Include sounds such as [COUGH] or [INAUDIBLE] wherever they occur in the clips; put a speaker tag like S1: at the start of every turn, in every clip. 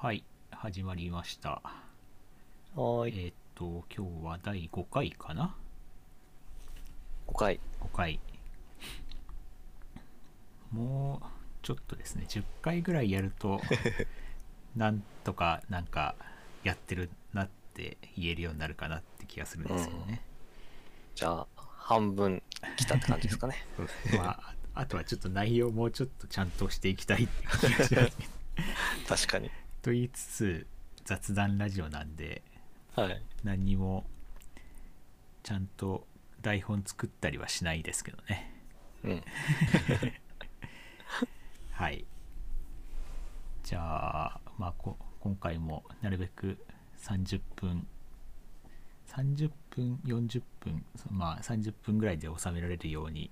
S1: はい、始まりました。
S2: は
S1: え
S2: ーい、
S1: ーっと、今日は第5回かな
S2: 5回。
S1: ?5 回。もうちょっとですね、10回ぐらいやると、なんとかなんかやってるなって言えるようになるかなって気がするんですよね。
S2: じゃあ、半分来たって感じですか [LAUGHS] ね。
S1: まあ、ああとはちょっと内容もうちょっとちゃんとしていきたいっていう気がしますけど
S2: 確かに。
S1: と言いつつ、雑談ラジオなんで、
S2: はい。
S1: 何にもちゃんと台本作ったりはしないですけどね
S2: うん。
S1: はいじゃあまあこ今回もなるべく30分30分40分そまあ30分ぐらいで収められるように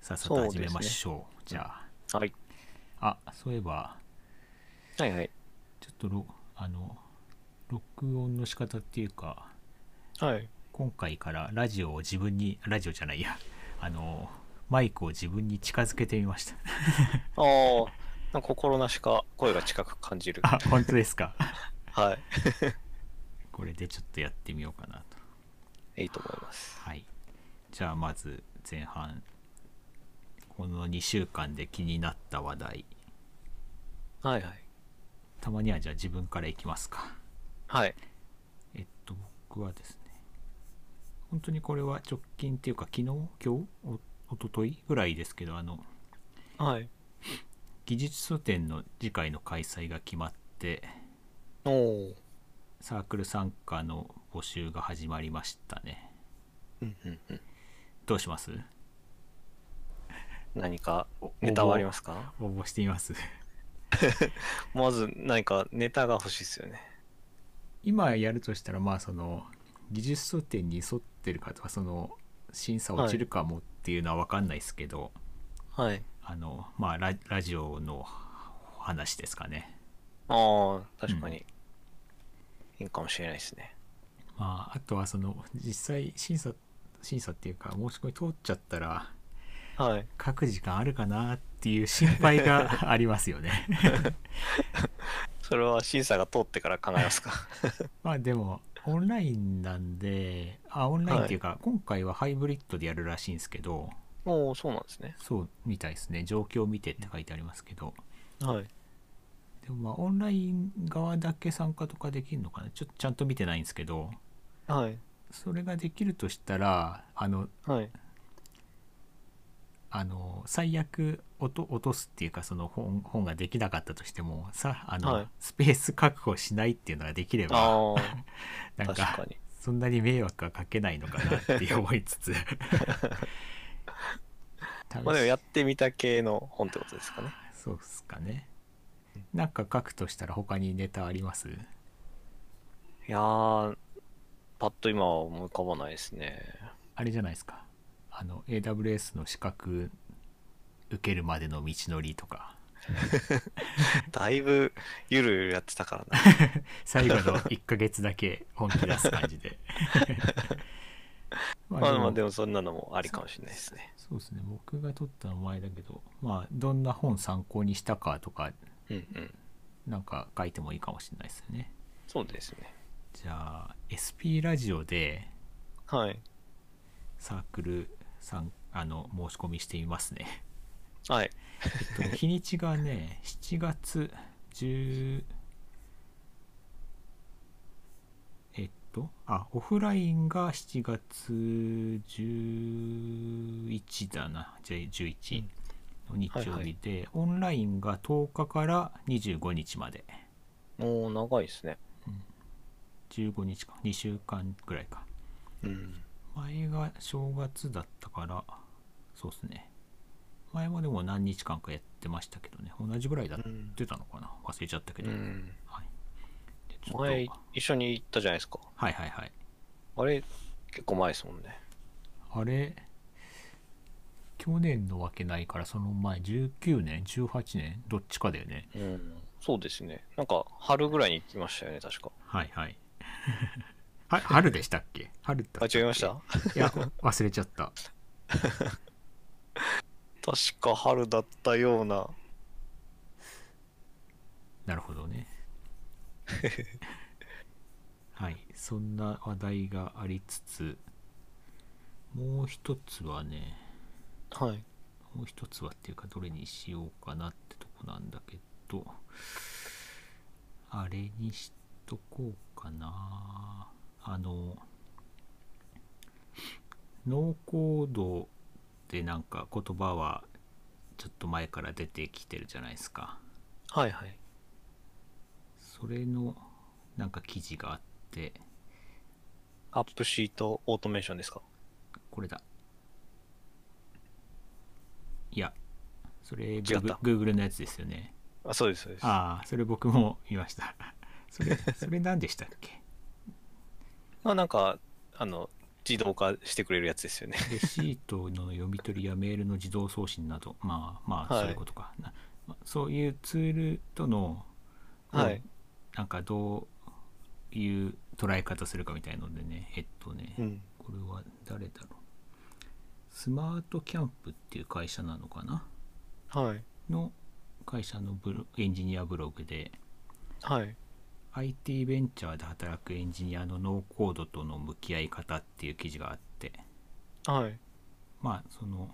S1: さっさと
S2: そうです
S1: 始
S2: ね
S1: めましょうじゃ
S2: はい。
S1: ああそういえば
S2: はいはい。
S1: ちょっとろあの録音の仕方っていうか
S2: はい。
S1: 今回からラジオを自分にラジオじゃないやあのマイクを自分に近づけてみました
S2: ああ、なんか心なしか声が近く感じる。
S1: あ本当ですか
S2: は
S1: [LAUGHS] これでちょっとやってみようかなと
S2: い。いいと思います。
S1: はいじゃあまず前半この2週間で気になった話題
S2: はいはい。
S1: たまにはじゃあ自分からいきますか
S2: はい。
S1: えっと僕はですね本当にこれは直近っていうか昨日今日おおとといぐらいですけどあの
S2: はい。
S1: 技術書店の次回の開催が決まって
S2: おお。
S1: サークル参加の募集が始まりましたね
S2: うんうんうん。
S1: どうします
S2: 何か
S1: お
S2: ネタはありますか
S1: 応募しています [LAUGHS]
S2: まず何かネタが欲しいですよね。
S1: 今やるとしたらまあその技術争点に沿ってるかとかその審査落ちるかもっていうのは分かんないですけど、
S2: はい。
S1: あのまあララジオの話ですかね
S2: ああ、確か
S1: う
S2: に。いいかもしれないですね。
S1: まああとはその実際審査審査っていうか申し込み通っちゃったら
S2: はい。
S1: 書く時間あるかなっていう心配がありますよね
S2: それは審査が通ってから考えますか
S1: まあでもオンラインなんであオンラインっていうか、今回はハイブリッドでやるらしいんですけど
S2: [LAUGHS] おお、そうなんですね。
S1: そうみたいですね状況を見てって書いてありますけど
S2: はい。
S1: でもまあオンライン側だけ参加とかできるのかなちょっとちゃんと見てないんですけど
S2: はい。
S1: それができるとしたらあの
S2: はい。
S1: あの最悪落と落とすっていうかその本本ができなかったとしてもさあの、
S2: はい
S1: スペース確保しないっていうのができれば
S2: あ
S1: [LAUGHS] なんか
S2: 確かに
S1: そんなに迷惑はかけないのかなって思いつ
S2: [LAUGHS]
S1: つ
S2: あ。まあでもやってみた系の本ってことですかね。
S1: そうっすかねなんか書くとしたら他にネタあります
S2: いやー、パッと今は思い浮かばないですね。
S1: あれじゃないですかあの AWS の資格受けるまでの道のりとか
S2: [LAUGHS] だいぶゆるゆるやってたからな。
S1: 最後
S2: [LAUGHS]
S1: の1ヶ月だけ本気出す感じでま
S2: まあまあでもそんなのもありかもしれないですね。
S1: そうですね僕が取ったの前だけどまあどんな本参考にしたかとか
S2: うんうん。
S1: なんか書いてもいいかもしれないですよね
S2: そうですね。
S1: じゃあ SP ラジオで
S2: はい。
S1: サークルさんあの申し込みしてみますね
S2: はい。
S1: えっと日にちがね7月10えっとあオフラインが7月11だなじゃあ11の日曜日で、オンラインが10日から25日まで
S2: もう長いですね。
S1: 15日か2週間ぐらいか
S2: うん。
S1: 前が正月だったからそうっすね前もでも何日間かやってましたけどね同じぐらいだった出たのかな忘れちゃったけ
S2: う
S1: ど、
S2: ん。
S1: はいでちょっと
S2: 前一緒に行ったじゃないですか。
S1: はいはいはい
S2: あれ、結構前ですもんね。
S1: あれ去年のわけないからその前19年18年どっちかだよね
S2: うん。そうですね。なんか春ぐらいに行きましたよね、確か。
S1: はいはい [LAUGHS] は春でしたっけ春だ
S2: あ、
S1: ったっけ
S2: 違いまし
S1: い
S2: た
S1: や忘れちゃった
S2: 確か春だったような。
S1: なるほどねはい、そんな話題がありつつ、もう一つはね、
S2: はい。
S1: もう一つはっていうか、どれにしようかなってとこなんだけど、あれにしとこうかな。あの、ノーコードでなんか言葉はちょっと前から出てきてるじゃないですか。
S2: はいはい。
S1: それのなんか記事があって、
S2: アップシートオートメーションですか
S1: これだいやそれ
S2: った
S1: Google Google のやつですよね
S2: あ、そうですそうです。
S1: ああそれ僕も見ました [LAUGHS] それそれ何でしたっけ
S2: まあなんか、あの、自動化してくれるやつですよね。
S1: レシートの読み取りやメールの自動送信などまあまあ
S2: はい
S1: そういうことか、なまあそういうツールとの、
S2: はい
S1: なんかどういう捉え方するかみたいのでねえっとね、
S2: うん。
S1: これは誰だろうスマートキャンプっていう会社なのかな
S2: はい。
S1: の会社のブロエンジニアブログで
S2: はい。
S1: IT ベンチャーで働くエンジニアのノーコードとの向き合い方っていう記事があって
S2: はい。
S1: まあその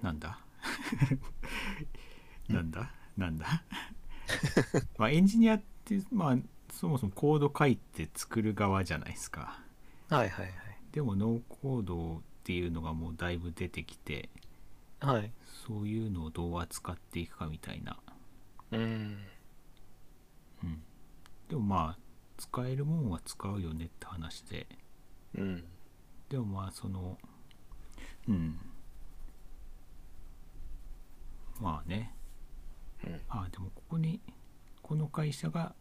S1: なんだなんだなんだまあエンジニアってまあそもそもコード書いて作る側じゃないですか
S2: はいはい
S1: でもノーコードっていうのがもうだいぶ出てきて
S2: はい。はい。
S1: そういうのをどう扱っていくかみたいな
S2: うん。
S1: うん、でもまあ使えるもんは使うよねって話で
S2: うん。
S1: でもまあそのうんまあね
S2: うん
S1: あでもここにこの会社が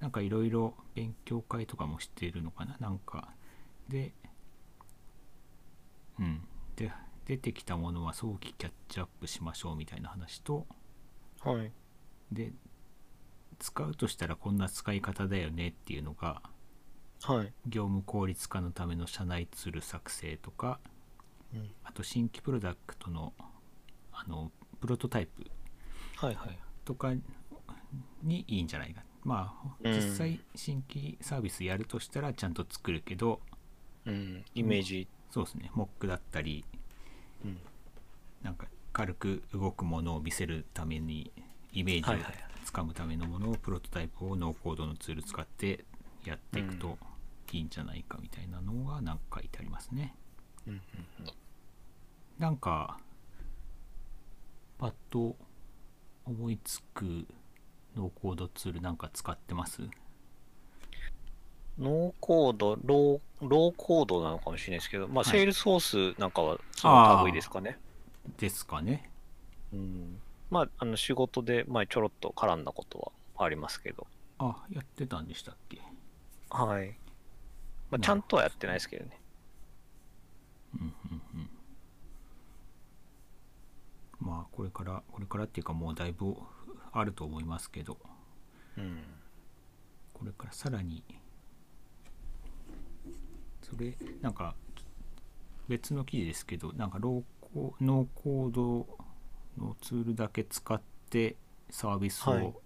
S1: なんかいろいろ勉強会とかもしているのかななんかでうんで出てきたものは早期キャッチアップしましょうみたいな話と、
S2: はい。
S1: で使うとしたらこんな使い方だよねっていうのが
S2: はい。
S1: 業務効率化のための社内ツール作成とか
S2: うん。
S1: あと新規プロダクトのあのプロトタイプ
S2: はいはい。
S1: とかにいいんじゃないかまあ
S2: うん
S1: 実際新規サービスやるとしたらちゃんと作るけど
S2: うん。イメージ。
S1: そうですね Mock だったり
S2: うん。
S1: なんか軽く動くものを見せるためにイメージ
S2: は
S1: を
S2: いはい
S1: つかむためのものをプロトタイプをノーコードのツール使ってやっていく
S2: う
S1: といいんじゃないかみたいなのがなんか書いてありますね。
S2: うんうん
S1: なんかパッと思いつくノーコードツールなんか使ってます
S2: うん。ノーコード、ロー、ローコードなのかもしれないですけど、ま
S1: は
S2: あ、
S1: い
S2: セールスフォースなんかは、そ
S1: あー
S2: の類いですかね。
S1: ですかね。
S2: うん。まあ、あの、仕事で、まあ、ちょろっと絡んだことはありますけど。
S1: あやってたんでしたっけ
S2: はい。ま
S1: なるほど
S2: あ、ちゃんとはやってないですけどね。
S1: うんうんうんまあこれからこれからっていうかもうだいぶあると思いますけど
S2: うん。
S1: これからさらにそれなんか別の記事ですけどなんかローコノーコードのツールだけ使ってサービス
S2: はい
S1: を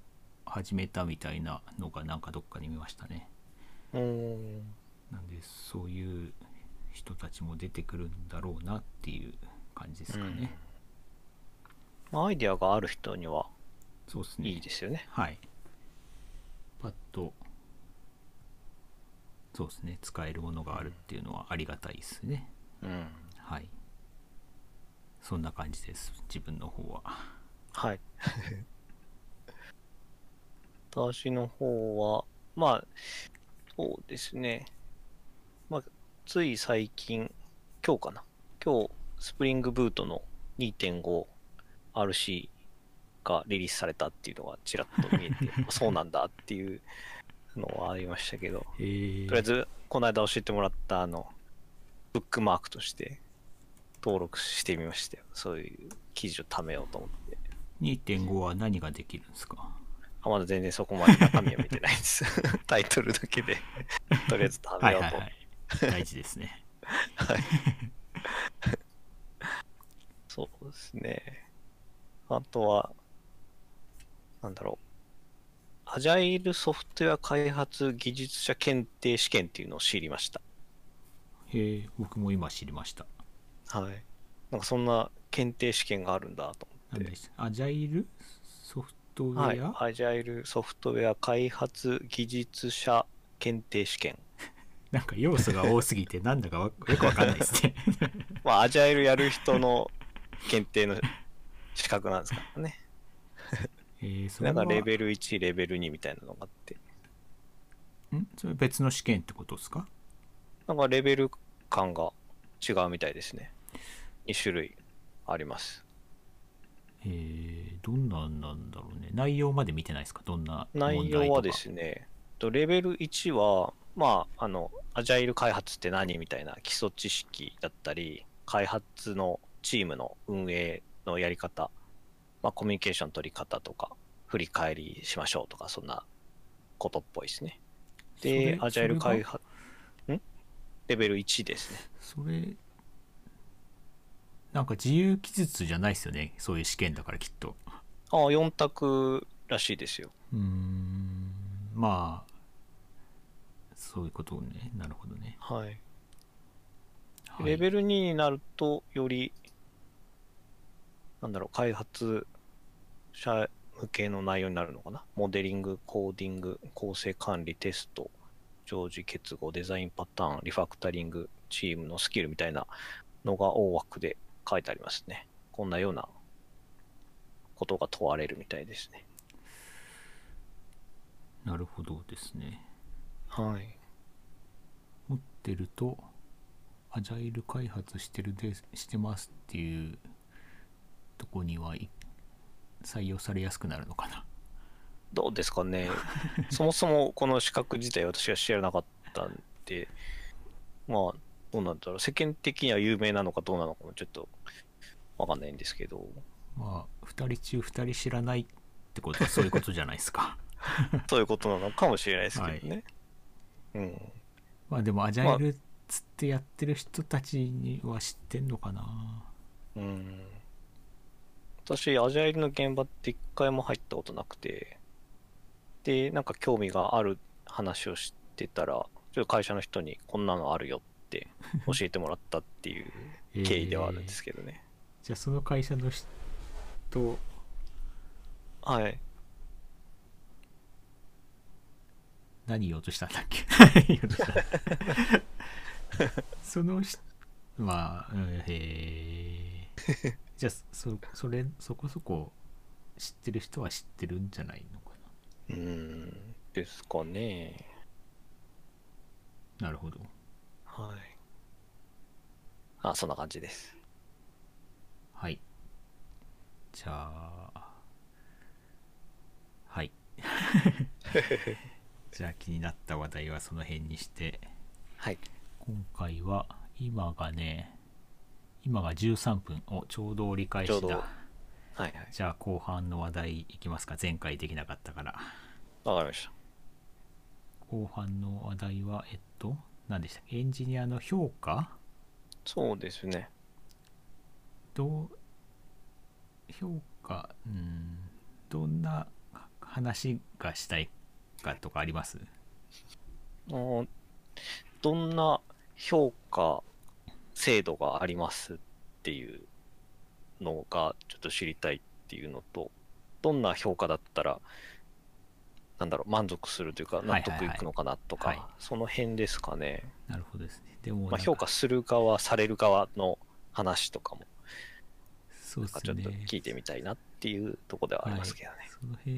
S1: 始めたみたいなのがなんかどっかに見ましたね、
S2: うーん。
S1: なんでそういう人たちも出てくるんだろうなっていう感じですかね、
S2: うんまあ、アイディアがある人には
S1: そうですね。
S2: いいですよね。
S1: はい。パッと、そうですね。使えるものがあるっていうのはありがたいですね。
S2: うん。
S1: はい。そんな感じです。自分の方は。
S2: はい。私の方は、まあ、そうですね。まあ、つい最近、今日かな。今日、スプリングブートの 2.5RC がリリースされたっていうのがちらっと見えて、あそうなんだっていうのはありましたけど、
S1: えー
S2: とりあえず、この間教えてもらった、あの、ブックマークとして登録してみましたよ。そういう記事を貯めようと思って。
S1: 2.5は何ができるんですか
S2: あまだ全然そこまで中身は見てないです。タイトルだけで、とりあえず貯
S1: は
S2: め
S1: い
S2: よ
S1: は
S2: う
S1: い
S2: と。
S1: はい。大事ですね。
S2: そうですね。あとは、なんだろう。アジャイルソフトウェア開発技術者検定試験っていうのを知りました。
S1: [LAUGHS] へえ、僕も今知りました。
S2: はい。なんかそんな検定試験があるんだと思
S1: 何
S2: っ
S1: で
S2: て。
S1: したアジャイルソフトウ
S2: はい
S1: ェア、。
S2: アジャイルソフトウェア開発技術者検定試験。
S1: なんか要素が多すぎて、なんだかわよくわかんないです [LAUGHS] ね。
S2: まあ、アジャイルやる人の検定の資格なんですからね。
S1: えー、それ
S2: なん
S1: は
S2: かレベル1、レベル2みたいなのがあって。
S1: んそれ別の試験ってことですか
S2: なんかレベル感が違うみたいですね。2種類あります。
S1: えー、どんなんなんだろうね。内容まで見てないですかどんな問題とか
S2: 内容はですね、とレベル1は、まあ、あの、アジャイル開発って何みたいな基礎知識だったり、開発のチームの運営のやり方、まあ、コミュニケーション取り方とか、振り返りしましょうとか、そんなことっぽいですね。
S1: そ
S2: で、
S1: れ
S2: アジャイル
S1: それ
S2: 開
S1: が
S2: 発、んレベル1ですね。
S1: それなんか自由記述じゃないですよねそういう試験だからきっと
S2: ああ、4択らしいですよ。
S1: うーんまあそういうことねなるほどね、
S2: はい。
S1: はい
S2: レベル2になると、より、なんだろう、開発者向けの内容になるのかな。モデリング、コーディング、構成管理、テスト、常時結合、デザインパターン、リファクタリング、チームのスキルみたいなのが大枠で書いてありますね。こんなようなことが問われるみたいですね。
S1: なるほどですね
S2: はい。
S1: 持ってるとアジャイル開発してるでしてますっていうとこにはい採用されやすくなるのかな
S2: どうですかね。そもそもこの資格自体私は知らなかったんで、まあ、どうなんだろう。世間的には有名なのかどうなのかもちょっとわかんないんですけど、
S1: まあ2人中2人知らないってことはそういうことじゃないですか
S2: そういうことなのかもしれないですけどね。うん。
S1: [LAUGHS] まあでもアジャイルっつってやってる人たちには知ってんのかな
S2: うん。私、アジャイルの現場って一回も入ったことなくて、で、なんか興味がある話をしてたら、ちょっと会社の人にこんなのあるよって教えてもらったっていう経緯ではあるんですけどね。
S1: じゃあその会社の人
S2: はい。
S1: 何言おうとしたんだっ [LAUGHS] け言おうとしたその人まあうんへえじゃあそそれそこそこ知ってる人は知ってるんじゃないのか
S2: うーん、ですかね。
S1: ななるほど
S2: はい。あ、そんな感じです。
S1: はいじゃあ
S2: [LAUGHS]
S1: はいじゃあ気になった話題はその辺にして
S2: はい。
S1: 今回は今がね今が13分おちょうど折り返
S2: ち
S1: し
S2: ょうど
S1: だ
S2: はいはい。
S1: じゃあ後半の話題いきますか前回できなかったから
S2: わかりました。
S1: 後半の話題はえっと何でしたっけエンジニアの評価
S2: そうですね。
S1: どう評価うんどんな話がしたいかとかあります
S2: あーどんな評価制度がありますっていうのがちょっと知りたいっていうのと、どんな評価だったら、なんだろう、満足するというか、
S1: いは
S2: 納
S1: いはい
S2: 得いくのかなとか、
S1: はい
S2: その辺ですかね。
S1: なるほどですねでも
S2: ま
S1: な
S2: あ、
S1: んか
S2: 評価する側、される側の話とかも
S1: そう
S2: な
S1: で
S2: んか
S1: す
S2: ちょっと
S1: ね
S2: 聞いてみたいなっていうところではありますけどね。
S1: その辺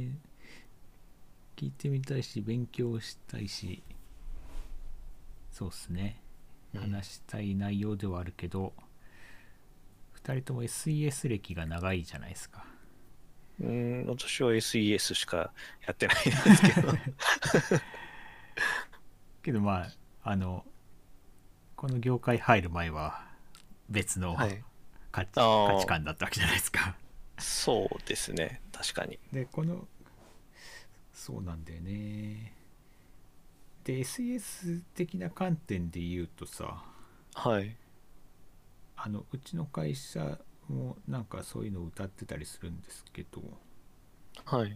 S1: 聞いてみたいし勉強したいしそうっすね
S2: うん
S1: 話したい内容ではあるけど、二2人とも SES 歴が長いじゃないですか
S2: うーん、私は SES しかやってないんですけど。
S1: けどまああのこの業界入る前は別の
S2: [LAUGHS] はい。
S1: 価値,、
S2: あー
S1: 価値観だったわけじゃないですか
S2: そうですね。確かに。
S1: でこのそうなんだよねで SES 的な観点で言うとさ
S2: はい。
S1: あのうちの会社もなんかそういうのを歌ってたりするんですけど
S2: はい。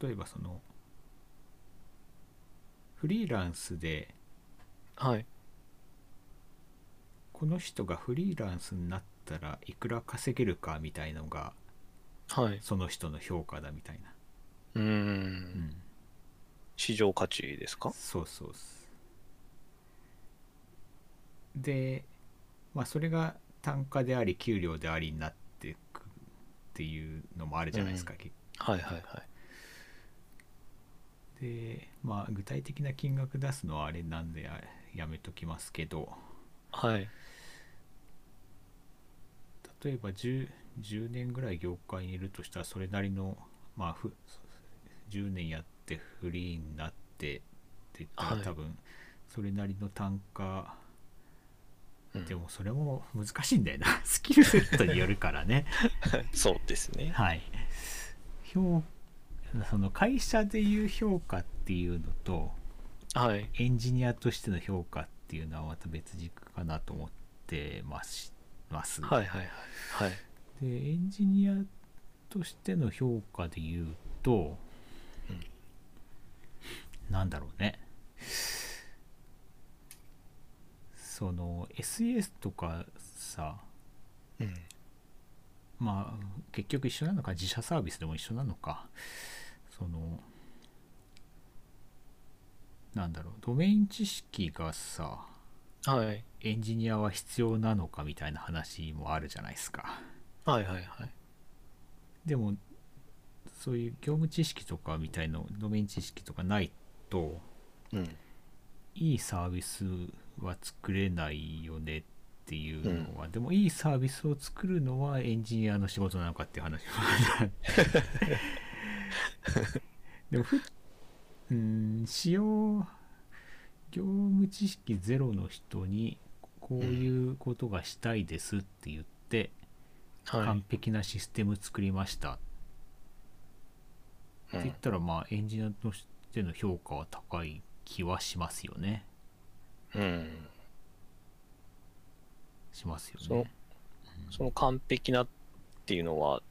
S1: 例えばそのフリーランスで
S2: はい。
S1: この人がフリーランスになったらいくら稼げるかみたいのが
S2: はい。
S1: その人の評価だみたいな、
S2: うー。
S1: うんん、
S2: 市場価値ですか
S1: そうそうっすで、まあ、それが単価であり給料でありになってくっていうのもあるじゃないですか、結
S2: はいはいはい。
S1: でまあ具体的な金額出すのはあれなんでややめときますけど
S2: はい。
S1: 例えば 10, 10年ぐらい業界にいるとしたらそれなりのまあふ10年やってフリーになってって言った
S2: は
S1: ら
S2: い
S1: 多分それなりの単価
S2: うん
S1: でもそれも難しいんだよな [LAUGHS] スキルセットによるからね
S2: [LAUGHS] [LAUGHS] そうですね。
S1: はい評その会社でいう評価っていうのと
S2: はい。
S1: エンジニアとしての評価っていうのはまた別軸かなと思ってますます、
S2: はいはいはい。はい。
S1: でエンジニアとしての評価で言うと、なんだろうねその SES とかさ
S2: うん。
S1: まあ結局一緒なのか自社サービスでも一緒なのかそのなんだろうドメイン知識がさ
S2: はい。
S1: エンジニアは必要なのかみたいな話もあるじゃないですか。
S2: はいはいはい。
S1: でもそういう業務知識とかみたいなドメイン知識とかないと
S2: うん。
S1: いいサービスは作れないよねっていうのは、でもいいサービスを作るのはエンジニアの仕事なのかっていう話も [LAUGHS] でもふうん使用業務知識ゼロの人にこういうことがしたいですって言って、
S2: はい
S1: 完。璧なシステム作りました
S2: う
S1: って言っ
S2: ん
S1: たらまあエンジニアとしての評価は高い気はしますよね
S2: うん。
S1: しますよ
S2: そう
S1: ね
S2: その完璧なっていうのは、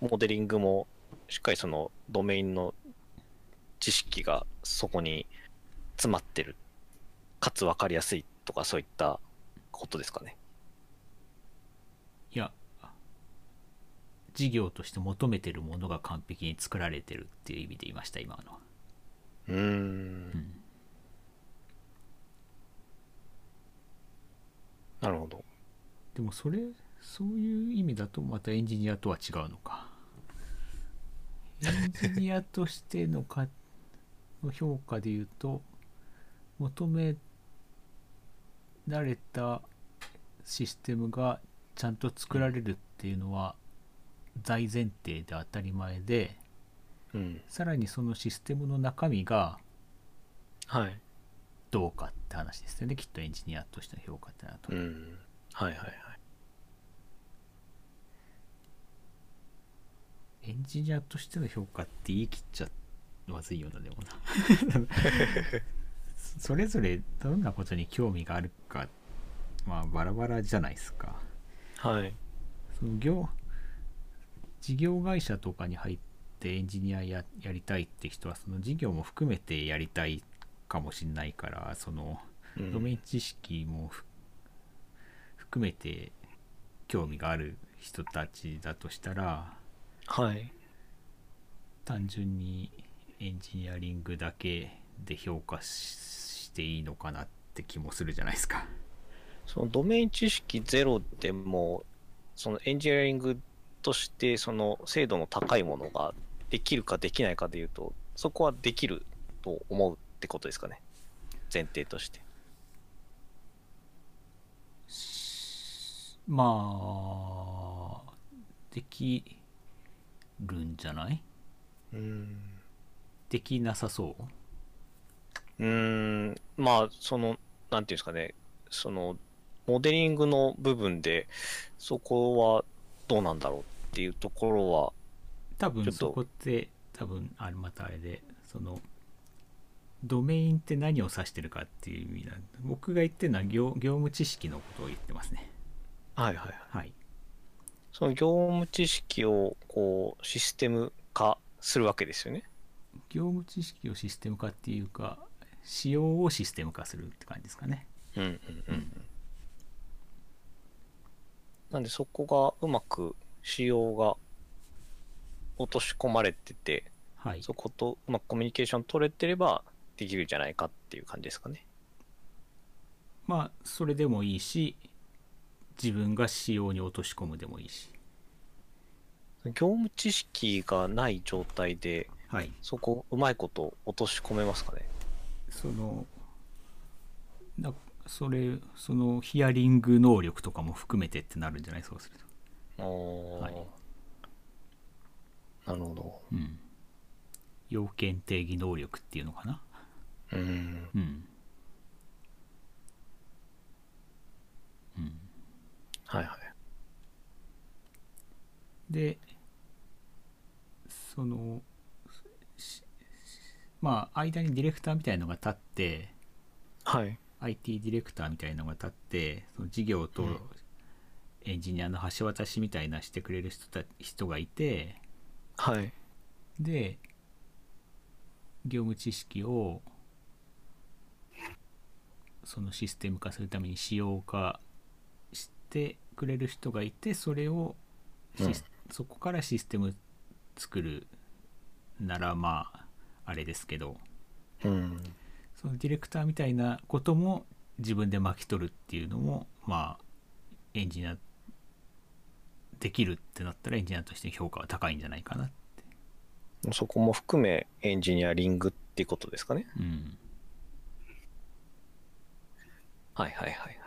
S2: モデリングもしっかりそのドメインの知識がそこに詰まってる、かつ分かりやすいとかそういったことですかね。
S1: いや事業として求めてるものが完璧に作られてるっていう意味で言いました今のは
S2: うーん。なるほど。
S1: でもそれそういう意味だとまたエンジニアとは違うのかエンジニアとしてのかの評価で言うと求められたシステムがちゃんと作られるっていうのは大前提で当たり前で
S2: うん。
S1: さらにそのシステムの中身が
S2: はい。
S1: どうかって話ですよねきっとエンジニアとしての評価ってなると、
S2: うん。はいはいはい。
S1: エンジニアとしての評価って言い切っちゃまずいよなでもな
S2: [LAUGHS]
S1: それぞれどんなことに興味があるかまあバラバラじゃないですか
S2: はい。
S1: その業事業会社とかに入ってエンジニアややりたいって人はその事業も含めてやりたいかもしれないからその
S2: う
S1: ドメイ
S2: ん。
S1: ン知識もふ含めて興味がある人たちだとしたら
S2: はい。
S1: 単純にエンジニアリングだけで評価ししていいのかなって気もするじゃないですか。
S2: そのドメイン知識ゼロでも、そのエンジニアリングとして、その精度の高いものができるかできないかでいうと、そこはできると思うってことですかね。前提として。
S1: まあできるんじゃない
S2: うん。
S1: できなさそう
S2: うーん、まあ、その、なんていうんですかね、その、モデリングの部分で、そこはどうなんだろうっていうところは、
S1: 多
S2: ち
S1: 分
S2: ょっと
S1: そこって多分あれまたあれでそのドメインって何を指してるかっていう意味なんで僕が言ってるのは業業務知識のことを言ってますね
S2: はいはいはい。
S1: はい
S2: その業務知識を、こう、システム化するわけですよね。
S1: 業務知識をシステム化っていうか仕様をシステム化するって感じですかね
S2: うんうんうんうんなんでそこがうまく仕様が落とし込まれてて、
S1: はい
S2: そことうまくコミュニケーション取れてればできるんじゃないかっていう感じですかね。
S1: まあそれでもいいし自分が仕様に落とし込むでもいいし
S2: 業務知識がない状態で、
S1: はい
S2: そこうまいこと落とし込めますかね。
S1: そのなそれそのヒアリング能力とかも含めてってなるんじゃないそうすると
S2: おー
S1: はい
S2: なるほど。
S1: うん要件定義能力っていうのかな
S2: うん。
S1: うんうん
S2: はいはい。
S1: でそのしまあ間にディレクターみたいのが立って
S2: はい。
S1: IT ディレクターみたいのが立ってその事業と
S2: うん
S1: エンジニアの橋渡しみたいなしてくれる人た人がいて
S2: はい。
S1: で業務知識をそのシステム化するために仕様化してくれる人がいてそれをシスそこからシステム作るならまああれですけど
S2: うん。
S1: そのディレクターみたいなことも自分で巻き取るっていうのもまあエンジニアできるってなったらエンジニアとして評価は高いんじゃないかな
S2: そこも含めエンジニアリングっていうことですかね。
S1: うん
S2: はいはいはいはい。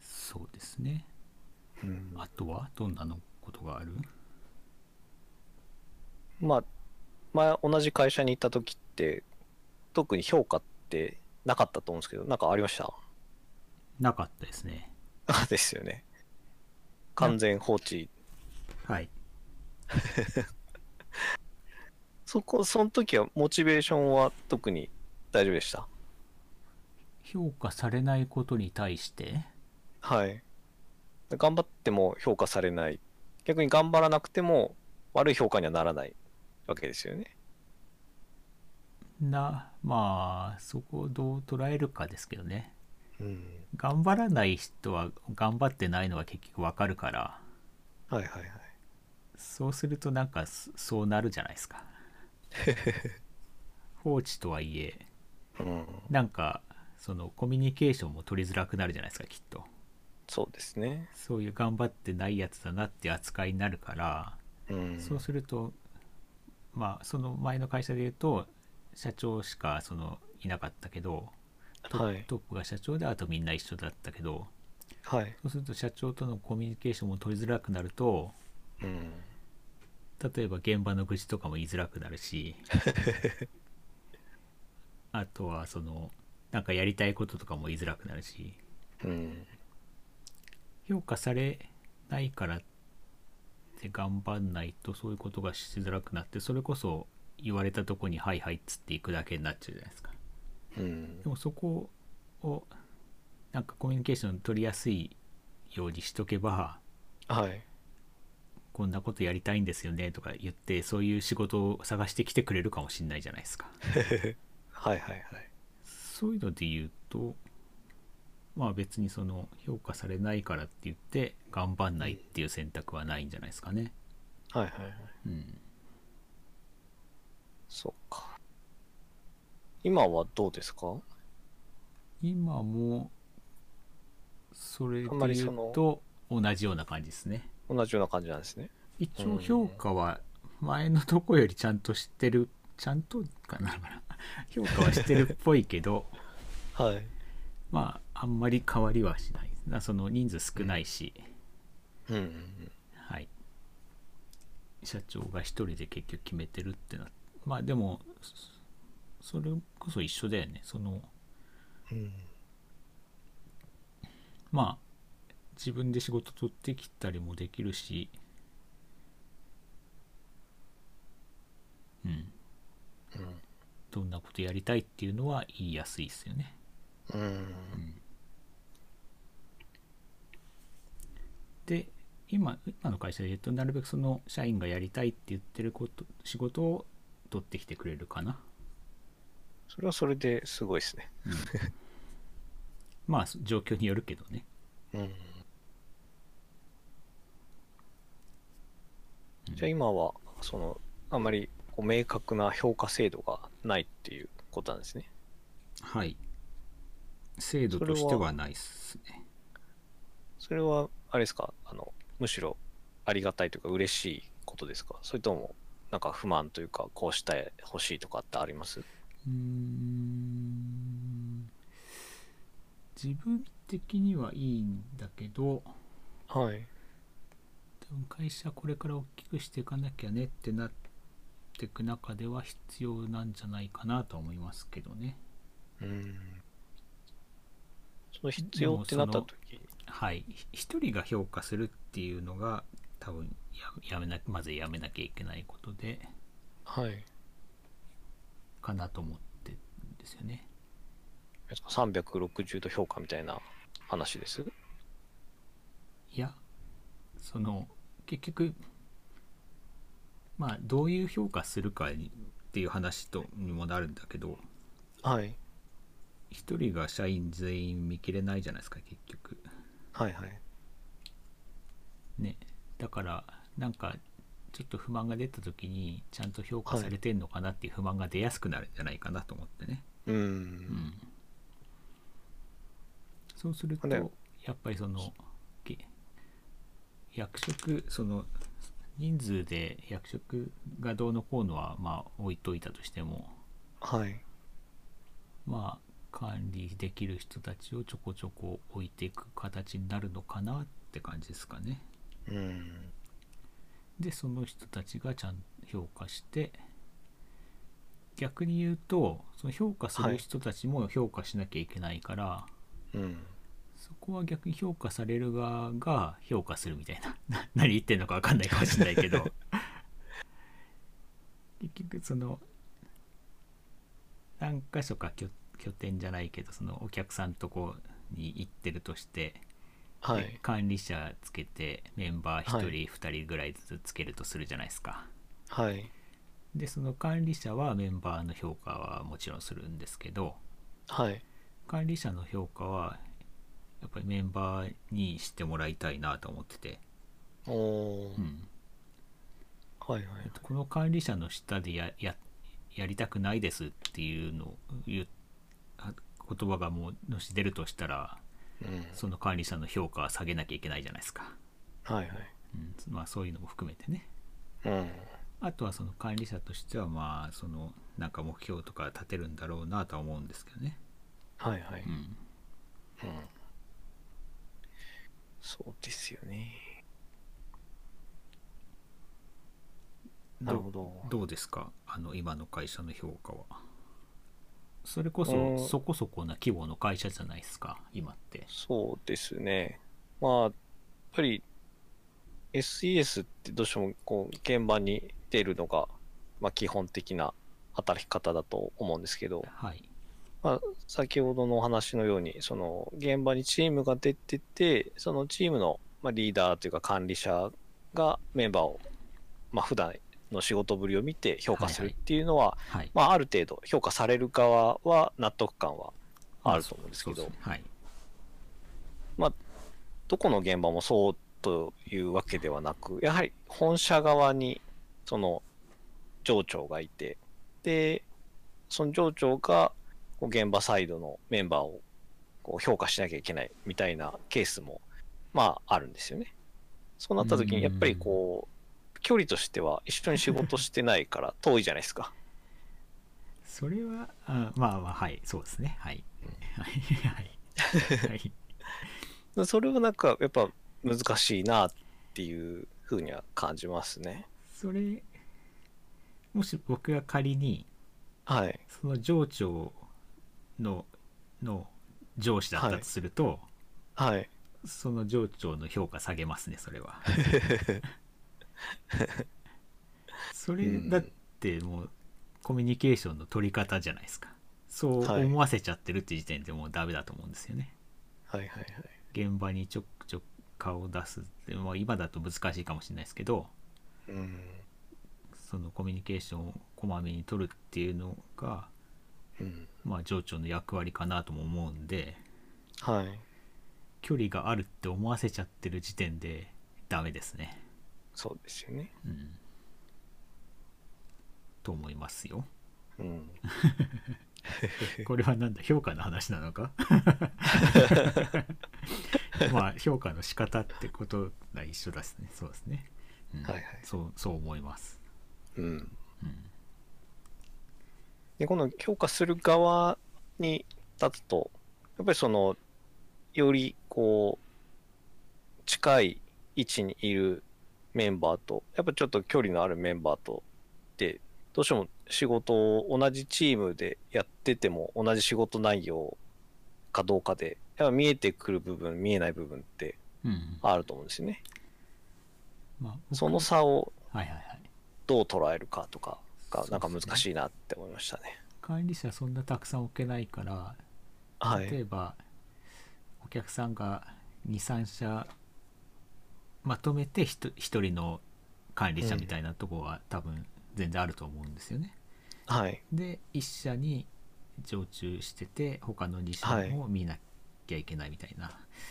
S1: そうですね
S2: うん
S1: あとはどんなのことがある
S2: まあ、前同じ会社に行った時って、特に評価ってなかったと思うんですけど、なんかありました [LAUGHS]
S1: なかったですね
S2: ですよね。完全放置。
S1: はい
S2: そこ、その時はモチベーションは特に大丈夫でした。
S1: 評価されないことに対して
S2: はい。頑張っても評価されない。逆に頑張らなくても悪い評価にはならないわけですよね。
S1: なまあそこをどう捉えるかですけどね
S2: うん。
S1: 頑張らない人は頑張ってないのは結局わかるから
S2: はいはいはい。
S1: そうするとなんかそそうなるじゃないです
S2: [LAUGHS]
S1: か放置とはいえ
S2: うん。
S1: なんかそのコミュニケーションも取りづらくなるじゃないですかきっと
S2: そうですね。
S1: そういう頑張ってないやつだなって扱いになるから
S2: うん。
S1: そうするとまあその前の会社で言うと社長しかそのいなかったけどト
S2: は
S1: ッ
S2: い
S1: プトップが社長であとみんな一緒だったけど
S2: はい。
S1: そうすると社長とのコミュニケーションも取りづらくなると
S2: うん。
S1: 例えば現場の愚痴とかも言いづらくなる
S2: [LAUGHS]
S1: しあとはそのなんかやりたいこととかも言いづらくなるし
S2: うん。
S1: 評価されないからって頑張んないとそういうことがしづらくなってそれこそ言われたとこに「はいはい」っつっていくだけになっちゃうじゃないですか。
S2: うん
S1: で。もそこをなんかコミュニケーション取りやすいようにしとけば
S2: はい。
S1: こんなことやりたいんですよねとか言ってそういう仕事を探してきてくれるかもしれないじゃないですか。
S2: はいはいはい。
S1: そういうので言うとまあ別にその評価されないからって言って頑張んないっていう選択はないんじゃないですかね。
S2: はいはいはい。
S1: うん、
S2: そうか。今はどうですか
S1: 今もそれで
S2: あんまり
S1: 言
S2: そうの
S1: と同じような感じですね。
S2: 同じような感じなんですね。
S1: 一
S2: う
S1: 応
S2: ん
S1: 評価は前のとこよりちゃんとしてるちゃんとかなのかな [LAUGHS] 評価はしてるっぽいけど
S2: はい。
S1: まああんまり変わりはしないなその人数少ないし、
S2: うんうんうん。
S1: はい社長が一人で結局決めてるってなまあでもそそれこそ一緒だよねその
S2: うん
S1: まあ自分で仕事取ってきたりもできるしうんどんなことやりたいっていうのは言いやすいですよね
S2: うん
S1: で今今の会社で言うとなるべくその社員がやりたいって言ってること仕事を取ってきてくれるかな、
S2: それはそれですごいですね。
S1: [LAUGHS] うんまあそ状況によるけどね
S2: うん
S1: うん
S2: じゃあ今は、その、あまりこう明確な評価制度がないっていうことなんですね。
S1: はい制度としてはないっすね
S2: それは、あれですか、あの、むしろありがたいというか嬉しいことですかそれとも、なんか不満というか、こうしたい、欲しいとかってあります
S1: うーん自分的にはいいんだけど
S2: はい。
S1: 多分会社これから大きくしていかなきゃねってなっていく中では必要なんじゃないかなとは思いますけどね
S2: うん。その必要ってなった時
S1: はいひ一人が評価するっていうのが多分ややめなまずやめなきゃいけないことで
S2: はい。
S1: かなと思ってるんですよね
S2: 360度評価みたいな話です。
S1: いやその結局まあどういう評価するかにっていう話とにもなるんだけど
S2: はい。
S1: 一人が社員全員見切れないじゃないですか結局
S2: はいはい。
S1: ねだからなんかちょっと不満が出た時にちゃんと評価されてんのかなっていう不満が出やすくなるんじゃないかなと思ってね、
S2: うん。
S1: うん、そうすると
S2: で
S1: やっぱりそのけ役職その人数で役職がどうのこうのはまあ置いといたとしても
S2: はい。
S1: まあ管理できる人たちをちょこちょこ置いていく形になるのかなって感じですかね。
S2: うん。
S1: でその人たちがちゃんと評価して逆に言うとその評価す
S2: は
S1: る
S2: い
S1: 人たちも評価しなきゃいけないから、
S2: うん。
S1: そこは逆に評価される側が評価するみたいなな [LAUGHS] 何言ってんのか分かんないかもしれないけど [LAUGHS] 結局その何か所か拠拠点じゃないけどそのお客さんとこに行ってるとして、
S2: は
S1: で
S2: い。
S1: 管理者つけてメンバー
S2: は
S1: 1
S2: い
S1: 人2人ぐらいずつつけるとするじゃないですか。
S2: はい。
S1: でその管理者はメンバーの評価はもちろんするんですけど
S2: はい。
S1: 管理者の評価はやっぱりメンバーにしてもらいたいなと思ってて、
S2: おお、
S1: うん、
S2: はいはい。
S1: この管理者の下でやややりたくないですっていうのを言うあ言葉がもうのし出るとしたら
S2: うん。
S1: その管理者の評価は下げなきゃいけないじゃないですか、
S2: はいはい。
S1: うんまあ、そういうのも含めてね
S2: うん。
S1: あとはその管理者としてはまあそのなんか目標とか立てるんだろうなとは思うんですけどね、
S2: はいはい。
S1: う
S2: うん。
S1: ん、
S2: そうですよね。
S1: う
S2: なるほど。
S1: どうですかあの今の会社の評価はそれこ
S2: う
S1: そ
S2: ん
S1: そこそこな規模の会社じゃないですか今って
S2: そうですね。まあ、やっぱり SES ってどうしてもこう現場に出るのが、まあ、基本的な働き方だと思うんですけど、
S1: はい
S2: まあ、先ほどのお話のように、その現場にチームが出てて、そのチームのまあリーダーというか管理者がメンバーを、まあ普段の仕事ぶりを見て評価するっていうのは、
S1: はい
S2: まあある程度評価される側は納得感はあると思うんですけ
S1: そ
S2: ど
S1: そ、はい
S2: どこの現場もそうというわけではなく、やはり本社側にその上長がいて、で、その上長がこう現場サイドのメンバーをこう評価しなきゃいけないみたいなケースも、まああるんですよね。そうなった時
S1: うん
S2: にやっぱりこう、距離としては一緒に仕事してないから遠いじゃないですか。
S1: それはあまあまあはいそうですねはいはいはいはい
S2: それはなんかやっぱ難しいなっていうふうには感じますね。
S1: それもし僕が仮に
S2: はい。
S1: その上長のの上司だったとすると、
S2: はい。
S1: その上長の評価下げますねそれはそれだってもうコミュニケーションの取り方じゃないですかそう
S2: はい
S1: 思わせちゃってるって時点でもうダメだと思うんですよね、
S2: はいはいはい。
S1: 現場にちょくちょく顔を出すって、まあ、今だと難しいかもしれないですけど
S2: うん
S1: そのコミュニケーションをこまめに取るっていうのが、
S2: うん
S1: まあ、情緒の役割かなとも思うんで
S2: はい
S1: 距離があるって思わせちゃってる時点でダメですね。
S2: そうですよね
S1: うん、と思いますよ。
S2: うん
S1: これはなんだ評価の話なの
S2: [LAUGHS]
S1: かまあ評価の仕方ってことが一緒ですねそうですね、うん
S2: はいはい
S1: そうそう思います、
S2: うん
S1: うん、
S2: で今度評価する側に立つとやっぱりそのよりこう近い位置にいるメンバーとやっぱちょっと距離のあるメンバーとでどうしても仕事を同じチームでやってても同じ仕事内容かどうかでやっぱ見えてくる部分見えない部分って
S1: うん
S2: あると思うんですよね。
S1: まあ僕
S2: その差を
S1: はいはいはい
S2: どう捉えるかとかがなんか
S1: そうですね
S2: 難しいなって思いましたね。
S1: 管理者そんなたくさん置けないから
S2: は
S1: 例
S2: い。
S1: えば、お客さんが23社まとめてひと一人の管理者みたいなとこは多分全然あると思うんですよね、
S2: はい。
S1: で1社に常駐してて他の2社も見なきゃいけないみたいな、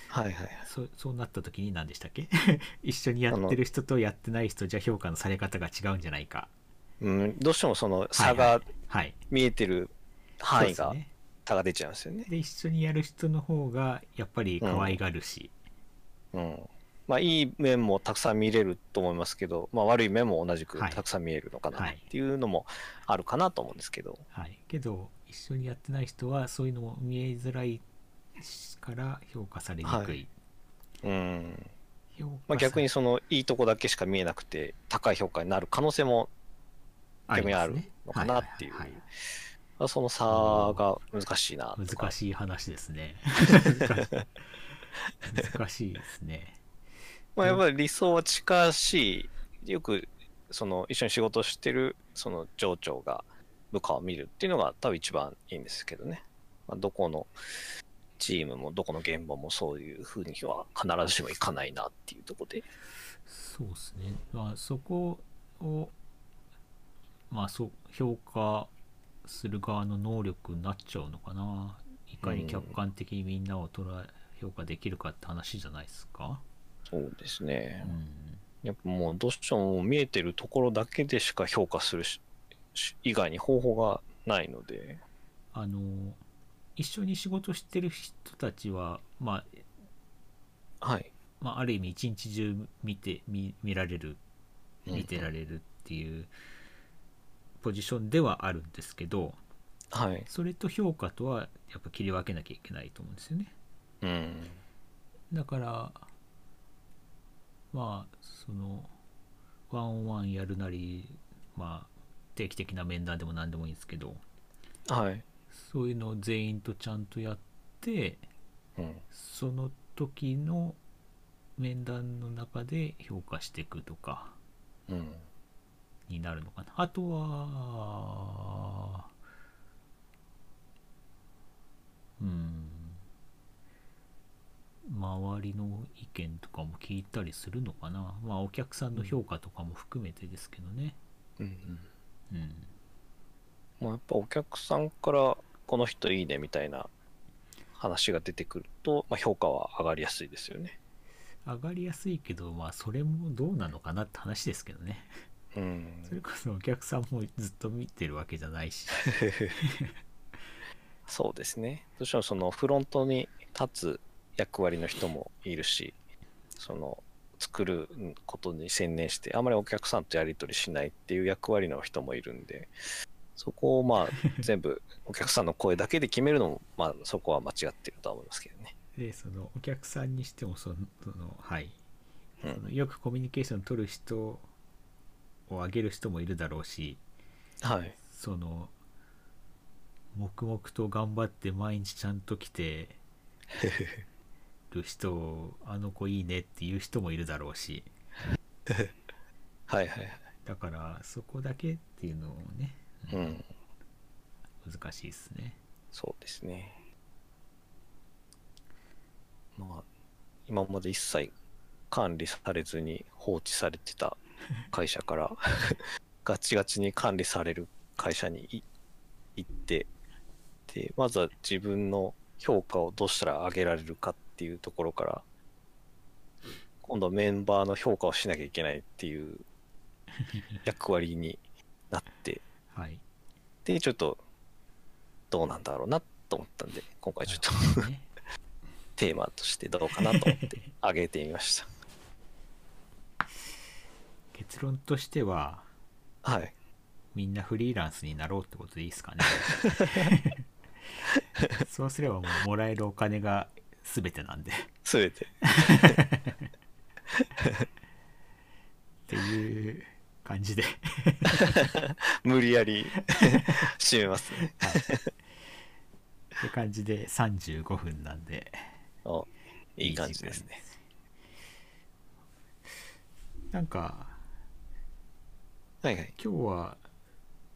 S2: はいはいはい。
S1: そそうなった時に何でしたっけ [LAUGHS] 一緒にやってる人とやってない人じゃ評価のされ方が違うんじゃないか
S2: うん、どうしてもその
S1: は
S2: 差
S1: いは
S2: が
S1: いはい
S2: 見えてる範囲
S1: そう
S2: が
S1: ですね
S2: 差が出ちゃうんですよね。
S1: で一緒にやる人の方がやっぱり可愛がるし、
S2: うん。まあいい面もたくさん見れると思いますけど、まあ悪い面も同じく
S1: はい
S2: たくさん見えるのかな
S1: は
S2: っ
S1: い
S2: ていうのもあるかなと思うんですけど。
S1: はい、けど一緒にやってない人はそういうのも見えづらいから評価されにくい、
S2: はいうん。
S1: 評価
S2: まあ
S1: さ
S2: 逆にそのいいとこだけしか見えなくて高い評価になる可能性も、逆にあるのかなっていう
S1: ありますねはははは
S2: まあその差が難しいなとか。
S1: 難しい話ですね。難しいですね。
S2: まあやっぱり理想は近しい、よくその一緒に仕事してるその上長が部下を見るっていうのが多分一番いいんですけどね。まあ、どこのチームもどこの現場もそういうふうには必ずしもいかないなっていうところで。
S1: そうですね。まあ、そこを、まあ、そう評価する側の能力になっちゃうのかな。いかに客観的にみんなを捉え評価できるかって話じゃないですか。
S2: そうです
S1: う
S2: ね。
S1: ん、
S2: やっぱもうどうしてももう見えてるところだけでしか評価するしし以外に方法がないので。
S1: あの一緒に仕事してる人たちは、まあ
S2: はい。
S1: まあ、ある意味一日中見て見見られる
S2: うん
S1: 見てられるっていうポジションではあるんですけど
S2: はい。
S1: それと評価とはやっぱ切り分けなきゃいけないと思うんですよね
S2: うん。
S1: だからまあそのワンオンワンやるなりまあ定期的な面談でも何でもいいんですけど
S2: はい。
S1: そういうのを全員とちゃんとやって
S2: うん。
S1: その時の面談の中で評価していくとか
S2: うん。
S1: になるのかなあとはうん周りの意見とかも聞いたりするのかなまあお客さんの評価とかも含めてですけどね
S2: うん。
S1: うん
S2: まあ、やっぱお客さんからこの人いいねみたいな話が出てくると、まあ、評価は上がりやすいですよね。
S1: 上がりやすいけどまあそれもどうなのかなって話ですけどね
S2: うん
S1: それこそお客さんもずっと見てるわけじゃないし
S2: そうですね。どうしてもそのフロントに立つ役割の人もいるし、その作ることに専念して、あまりお客さんとやり取りしないっていう役割の人もいるんで、そこを [LAUGHS] まあ全部お客さんの声だけで決めるのも、まあそこは間違ってるとは思いますけどね。
S1: でそのお客さんにしてもそのそのはい
S2: うん
S1: そのよくコミュニケーション取る人をあげる人もいるだろうし
S2: はい。
S1: その黙々と頑張って毎日ちゃんと来て
S2: [LAUGHS]
S1: る人をあの子いいねっていう人もいるだろうし
S2: はいはいはい。
S1: だからそこだけっていうのもね
S2: うん。
S1: 難しいです
S2: [LAUGHS]
S1: ね。
S2: そうですね。まあ、今まで一切管理されずに放置されてた会社から [LAUGHS] ガチガチに管理される会社にい行ってでまずは自分の評価をどうしたら上げられるかっていうところから今度はメンバーの評価をしなきゃいけないっていう役割になって
S1: はい。
S2: でちょっとどうなんだろうなと思ったんで今回ちょっと
S1: なるほどね
S2: テーマとしてどうかなと思って上げてみました
S1: 結論としては、
S2: [LAUGHS] はい
S1: みんなフリーランスになろうってことでいいですかね。そうすればもうもらえるお金が全てなんで。っ
S2: 全て
S1: ていう感じで。
S2: 無理や [LAUGHS] り締めますね
S1: って感じで35分なんで
S2: おいい感じですね
S1: なんか
S2: はいはい
S1: 今日は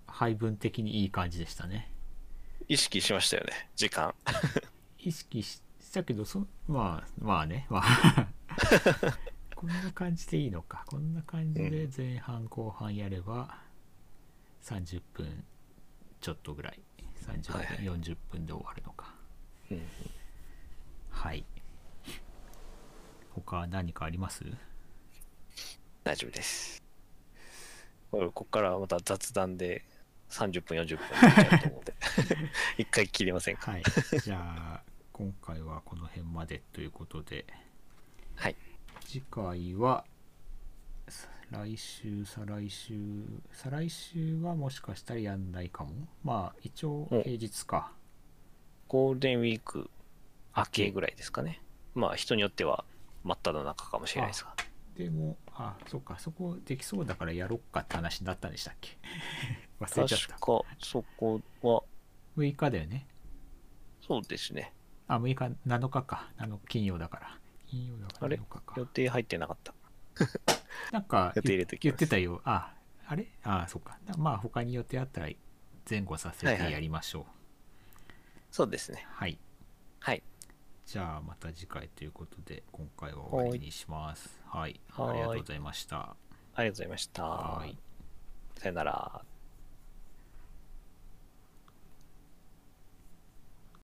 S1: 配分的にいい感じでしたね
S2: 意識しましたよね時間
S1: 意識したけどそまあまあねま
S2: [LAUGHS]
S1: あこんな感じでいいのかこんな感じで前半後半やれば30分ちょっとぐらい30分、
S2: はいはい
S1: 40分で終わるのか
S2: うん
S1: はい他何かあります
S2: 大丈夫ですこれここからまた雑談で30分40分になっちゃうと [LAUGHS] 思うんで一回切りませんか
S1: はい、 [LAUGHS] じゃあ今回はこの辺までということで
S2: はい
S1: 次回はさ来週再来週再来週はもしかしたらやんないかもまあ一応平
S2: お
S1: 日か
S2: ゴールデンウィーク明けぐらいですかねまあ人によっては真っ只中かもしれないですが
S1: でもあそっかそこできそうだからやろっかって話になったんでしたっけ忘れ
S2: 確
S1: ちゃ
S2: か
S1: った
S2: そこは
S1: 6日だよね
S2: そうですね
S1: あ6日7日かあの金曜だから金曜だか
S2: あ
S1: ら
S2: れ
S1: 7日か
S2: 予定入ってなかった
S1: なんか
S2: 予定入れてき
S1: 言
S2: ま
S1: っ
S2: す
S1: てたよ。あ、あれあ、そっか。なまあ、他に予定あったら前後させ
S2: はいは
S1: て
S2: い
S1: やりましょう。
S2: そうですね
S1: はい、
S2: はい
S1: じゃあ、また次回ということで、今回は終わりにします。はい。
S2: はい
S1: ありがとうございました。
S2: ありがとうございました
S1: はい。
S2: さよなら